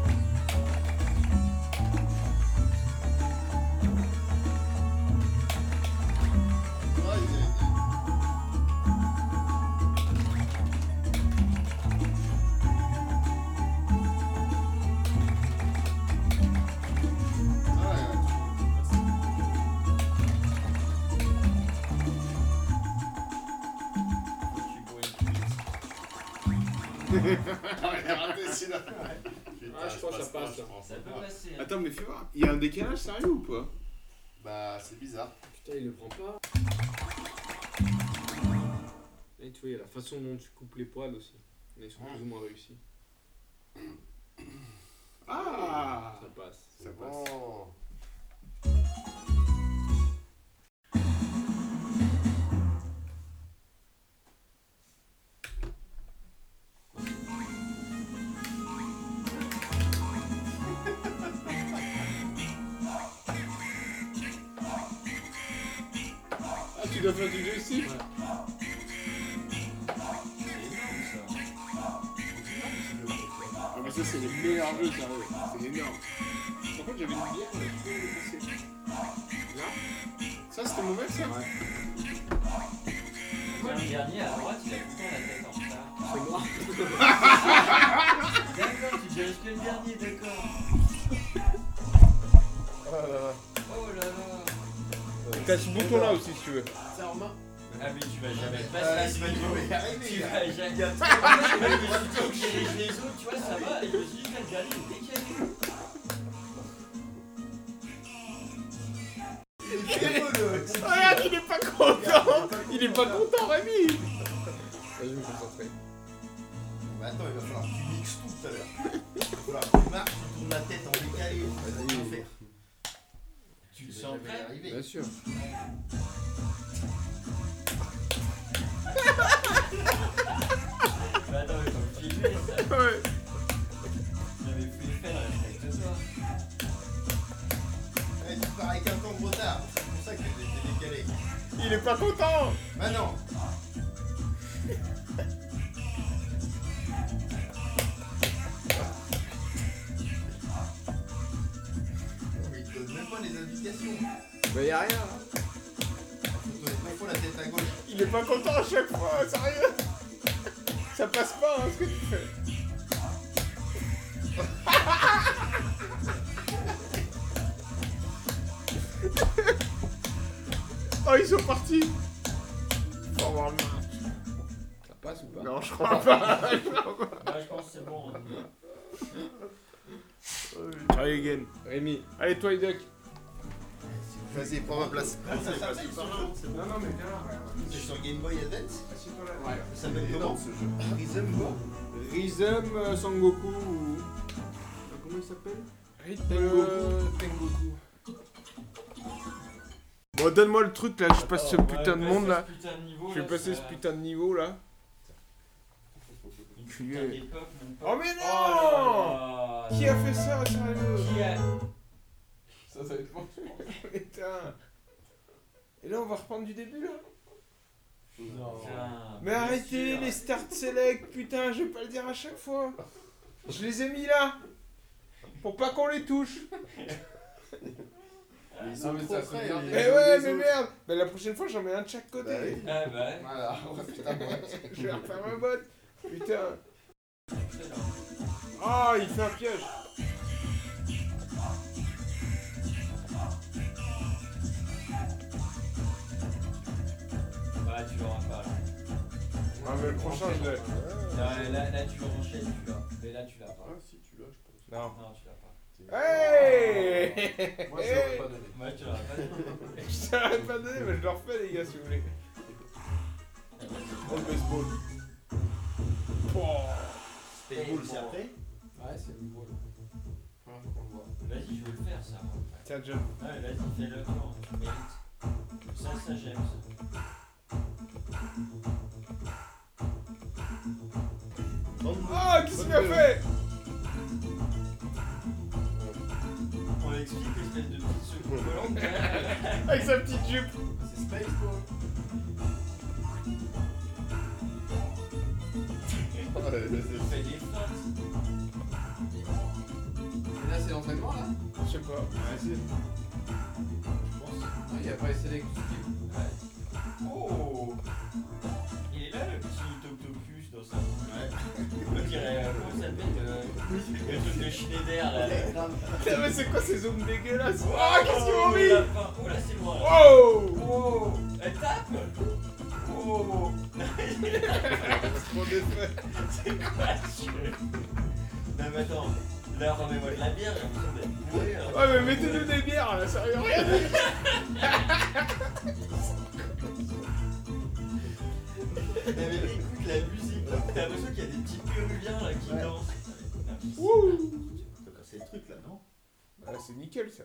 Speaker 3: Ah, je crois que ça passe. là.
Speaker 2: Ça peut passer. hein.
Speaker 1: Attends, mais fais voir. Il y a un décalage sérieux ou pas
Speaker 11: Bah, c'est bizarre.
Speaker 5: Putain, il le prend pas. Et tu vois, il y a la façon dont tu coupes les poils aussi. Mais ils sont plus ou moins réussis.
Speaker 1: Ah
Speaker 5: Ça passe.
Speaker 1: Ça passe.
Speaker 6: Oh.
Speaker 5: Ah, tu dois faire du joystick
Speaker 1: Ah, mais ça, c'est les meilleurs jeux, sérieux. C'est énorme. Par contre, j'avais une bière, mais je peux le passer. Là Ça, c'était mauvais, ça
Speaker 2: Le dernier à droite, il a tout le temps la tête en retard.
Speaker 5: C'est moi.
Speaker 2: D'accord, tu diriges que le dernier, d'accord. Oh là là.
Speaker 1: T'as ce bouton-là aussi, si tu veux.
Speaker 2: Ah mais tu vas jamais
Speaker 6: Ah, là,
Speaker 2: passer.
Speaker 6: il va y arriver,
Speaker 2: Tu
Speaker 6: il
Speaker 2: vas jamais. Moi, je me suis dit, je dirige les autres, tu vois, ça va. Et je me suis dit, le dernier, il est décalé.
Speaker 1: Regarde, il est pas content Il est pas content, Rémi
Speaker 5: Vas-y, je me concentrer.
Speaker 6: Mais attends, il va falloir que tu mixes tout tout à l'heure. Il va falloir que tu marches, tu tournes la tête en décalé. Vas-y,
Speaker 5: Vas-y.
Speaker 6: faut faire.
Speaker 2: Tu
Speaker 6: Tu
Speaker 2: te
Speaker 6: vas
Speaker 2: sens
Speaker 6: jamais y
Speaker 2: prêt
Speaker 6: arriver.
Speaker 5: Bien sûr.
Speaker 2: Bah attends, mais faut me filmer ça.
Speaker 1: Ouais.
Speaker 2: J'avais fait faire avec toi.
Speaker 6: Ouais, tu pars avec un temps de retard. C'est pour ça que t'es décalé.
Speaker 1: Il est pas content
Speaker 6: Maintenant. Mais il te donne même pas les indications.
Speaker 5: Mais y'a rien.
Speaker 6: Il te donne même pas la tête à gauche.
Speaker 1: Il est pas content à chaque fois, sérieux Ça passe pas, hein, ce que tu fais. oh, ils sont partis Oh, voir
Speaker 5: Ça passe ou pas
Speaker 1: Non, je crois pas
Speaker 2: Bah je pense que c'est bon.
Speaker 1: Allez, again.
Speaker 5: Rémi,
Speaker 1: Allez, toi, Duck.
Speaker 11: Vas-y, prends ma place.
Speaker 6: Ah, ça, ça, c'est sur-
Speaker 1: Non, non, mais viens là, Ah,
Speaker 6: C'est sur Game Boy Advance
Speaker 1: ouais.
Speaker 6: Ça s'appelle comment ce jeu Rhythm Go
Speaker 5: Rizum euh, Sangoku ou. Euh, Comment il s'appelle
Speaker 1: Euh, Tengoku. Bon, donne-moi le truc là, je passe ce putain de monde là. Ah, Je vais passer ce putain de niveau là.
Speaker 2: de.
Speaker 1: Oh, mais non
Speaker 2: Oh là là.
Speaker 1: Qui a fait ça, sérieux
Speaker 2: Qui a.
Speaker 1: Ça, ça va être bon. Putain. Et là, on va reprendre du début là
Speaker 2: Putain,
Speaker 1: Mais
Speaker 2: bien
Speaker 1: arrêtez
Speaker 2: sûr.
Speaker 1: les start select, putain, je vais pas le dire à chaque fois. Je les ai mis là Pour pas qu'on les touche
Speaker 2: Ah,
Speaker 12: sont mais trop ça, frais, regarde.
Speaker 1: Mais
Speaker 12: les-
Speaker 1: ouais, mais merde Mais la prochaine fois, j'en mets un de chaque côté
Speaker 2: Ah bah. ouais.
Speaker 6: Voilà, oh, putain, ouais.
Speaker 1: Je vais refaire un bot Putain Ah, il fait un piège
Speaker 2: Bah tu l'auras pas là.
Speaker 1: Ah, mais le prochain, je l'ai.
Speaker 2: Là, là, là, tu l'enchaînes, tu l'as. Mais là tu l'as pas.
Speaker 13: Ah, si tu l'as, je
Speaker 1: Non.
Speaker 2: Non, tu l'as pas.
Speaker 1: Hey
Speaker 13: pense. Moi, je l'aurais pas donné.
Speaker 2: Moi, tu l'auras pas.
Speaker 1: Je t'aurais pas donné, mais je le refais, les gars, si vous voulez.
Speaker 6: Oh, le baseball.
Speaker 2: Et
Speaker 6: Baseball, c'est
Speaker 2: bon.
Speaker 6: après
Speaker 13: Ouais, c'est le bol. Première fois qu'on le voit.
Speaker 2: Vas-y, je vais le faire ça.
Speaker 1: Tiens, John.
Speaker 2: Ouais, vas-y, fais-le. Non, tu mérites. Ça, ça, j'aime ça.
Speaker 1: Ah, qu'est-ce qu'il a fait
Speaker 2: On l'explique, l'espèce de petite seconde volante.
Speaker 1: Avec sa petite jupe
Speaker 6: C'est Space, quoi.
Speaker 3: Oh là là, c'est-
Speaker 2: On fait des feintes.
Speaker 13: Et là, c'est l'entraînement, là
Speaker 1: Je sais pas.
Speaker 2: Je pense.
Speaker 13: Non, il a pas essayé d'expliquer.
Speaker 2: Ouais. Oh Il est là le petit Toctopus dans sa Ouais. On dirait, euh, comment ça s'appelle le... le truc de Schneider là
Speaker 1: Putain, mais c'est quoi ces zooms dégueulasses
Speaker 2: Oh,
Speaker 1: Ah, qu'est-ce qu'ils m'ont
Speaker 2: le
Speaker 1: mis
Speaker 2: lapin. Oh là, c'est moi là
Speaker 1: Oh
Speaker 2: Oh Elle tape Oh
Speaker 1: Mon défait.
Speaker 2: C'est quoi ce jeu Non mais attends, là remets-moi de la bière, j'ai l'impression d'être bourré là.
Speaker 1: Ouais, mais mettez-nous des bières là, sérieux, regardez
Speaker 2: Mais mec, écoute la musique là, t'as l'impression qu'il y a des petits péruviens là qui dansent.
Speaker 1: Wouh
Speaker 6: T'as cassé le truc, là, non
Speaker 1: Ah, c'est nickel ça.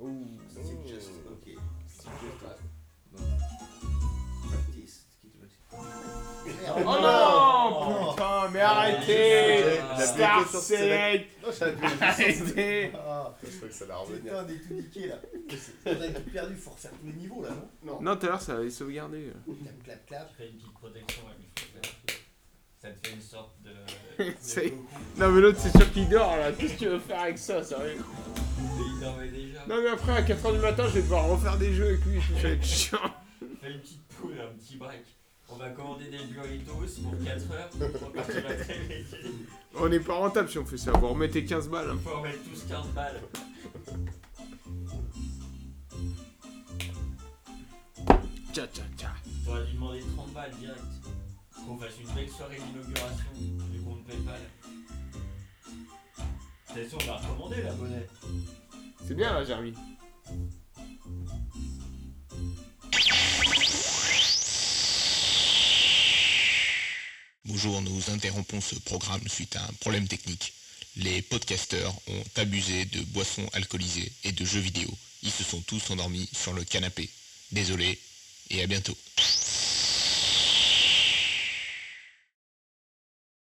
Speaker 1: Ouh.
Speaker 6: Ça, c'est just. Ok. C'est just. là. Non. Practice.
Speaker 1: Oh
Speaker 6: Merde.
Speaker 1: non Putain, mais arrêtez
Speaker 2: Ah,
Speaker 1: Star
Speaker 3: sur Select.
Speaker 1: Select
Speaker 6: Non, j'avais
Speaker 1: Arrêtez
Speaker 6: Ah,
Speaker 3: Je crois que ça va revenir.
Speaker 6: putain, on est tout niqué, là. On a tout perdu, faut refaire tous les niveaux, là, non
Speaker 1: Non, tout à l'heure ça avait sauvegardé.
Speaker 6: Clap, clap, clap.
Speaker 2: Tu fais une petite protection à lui. Ça te fait une sorte de...
Speaker 1: C'est-
Speaker 2: de Goku.
Speaker 1: Non, mais l'autre c'est sûr qu'il dort là, qu'est-ce que tu veux faire avec ça, sérieux
Speaker 2: Il dormait déjà.
Speaker 1: Non, mais après à 4h du matin, je vais devoir refaire des jeux avec lui et tout, ça va être chiant.
Speaker 2: Fais une petite pause, un petit break. On va commander des burritos pour 4 heures. On va partir à très
Speaker 1: On n'est pas rentable si on fait ça, vous remettez 15 balles. hein.
Speaker 2: Il faut en mettre tous 15 balles.
Speaker 1: Tcha tcha tcha.
Speaker 2: T'aurais dû demander 30 balles direct. Qu'on fasse une belle soirée d'inauguration du compte PayPal. C'est sûr, on va recommander la monnaie.
Speaker 1: C'est bien là, Jeremy.
Speaker 7: Bonjour, nous interrompons ce programme suite à un problème technique. Les podcasteurs ont abusé de boissons alcoolisées et de jeux vidéo. Ils se sont tous endormis sur le canapé. Désolé et à bientôt.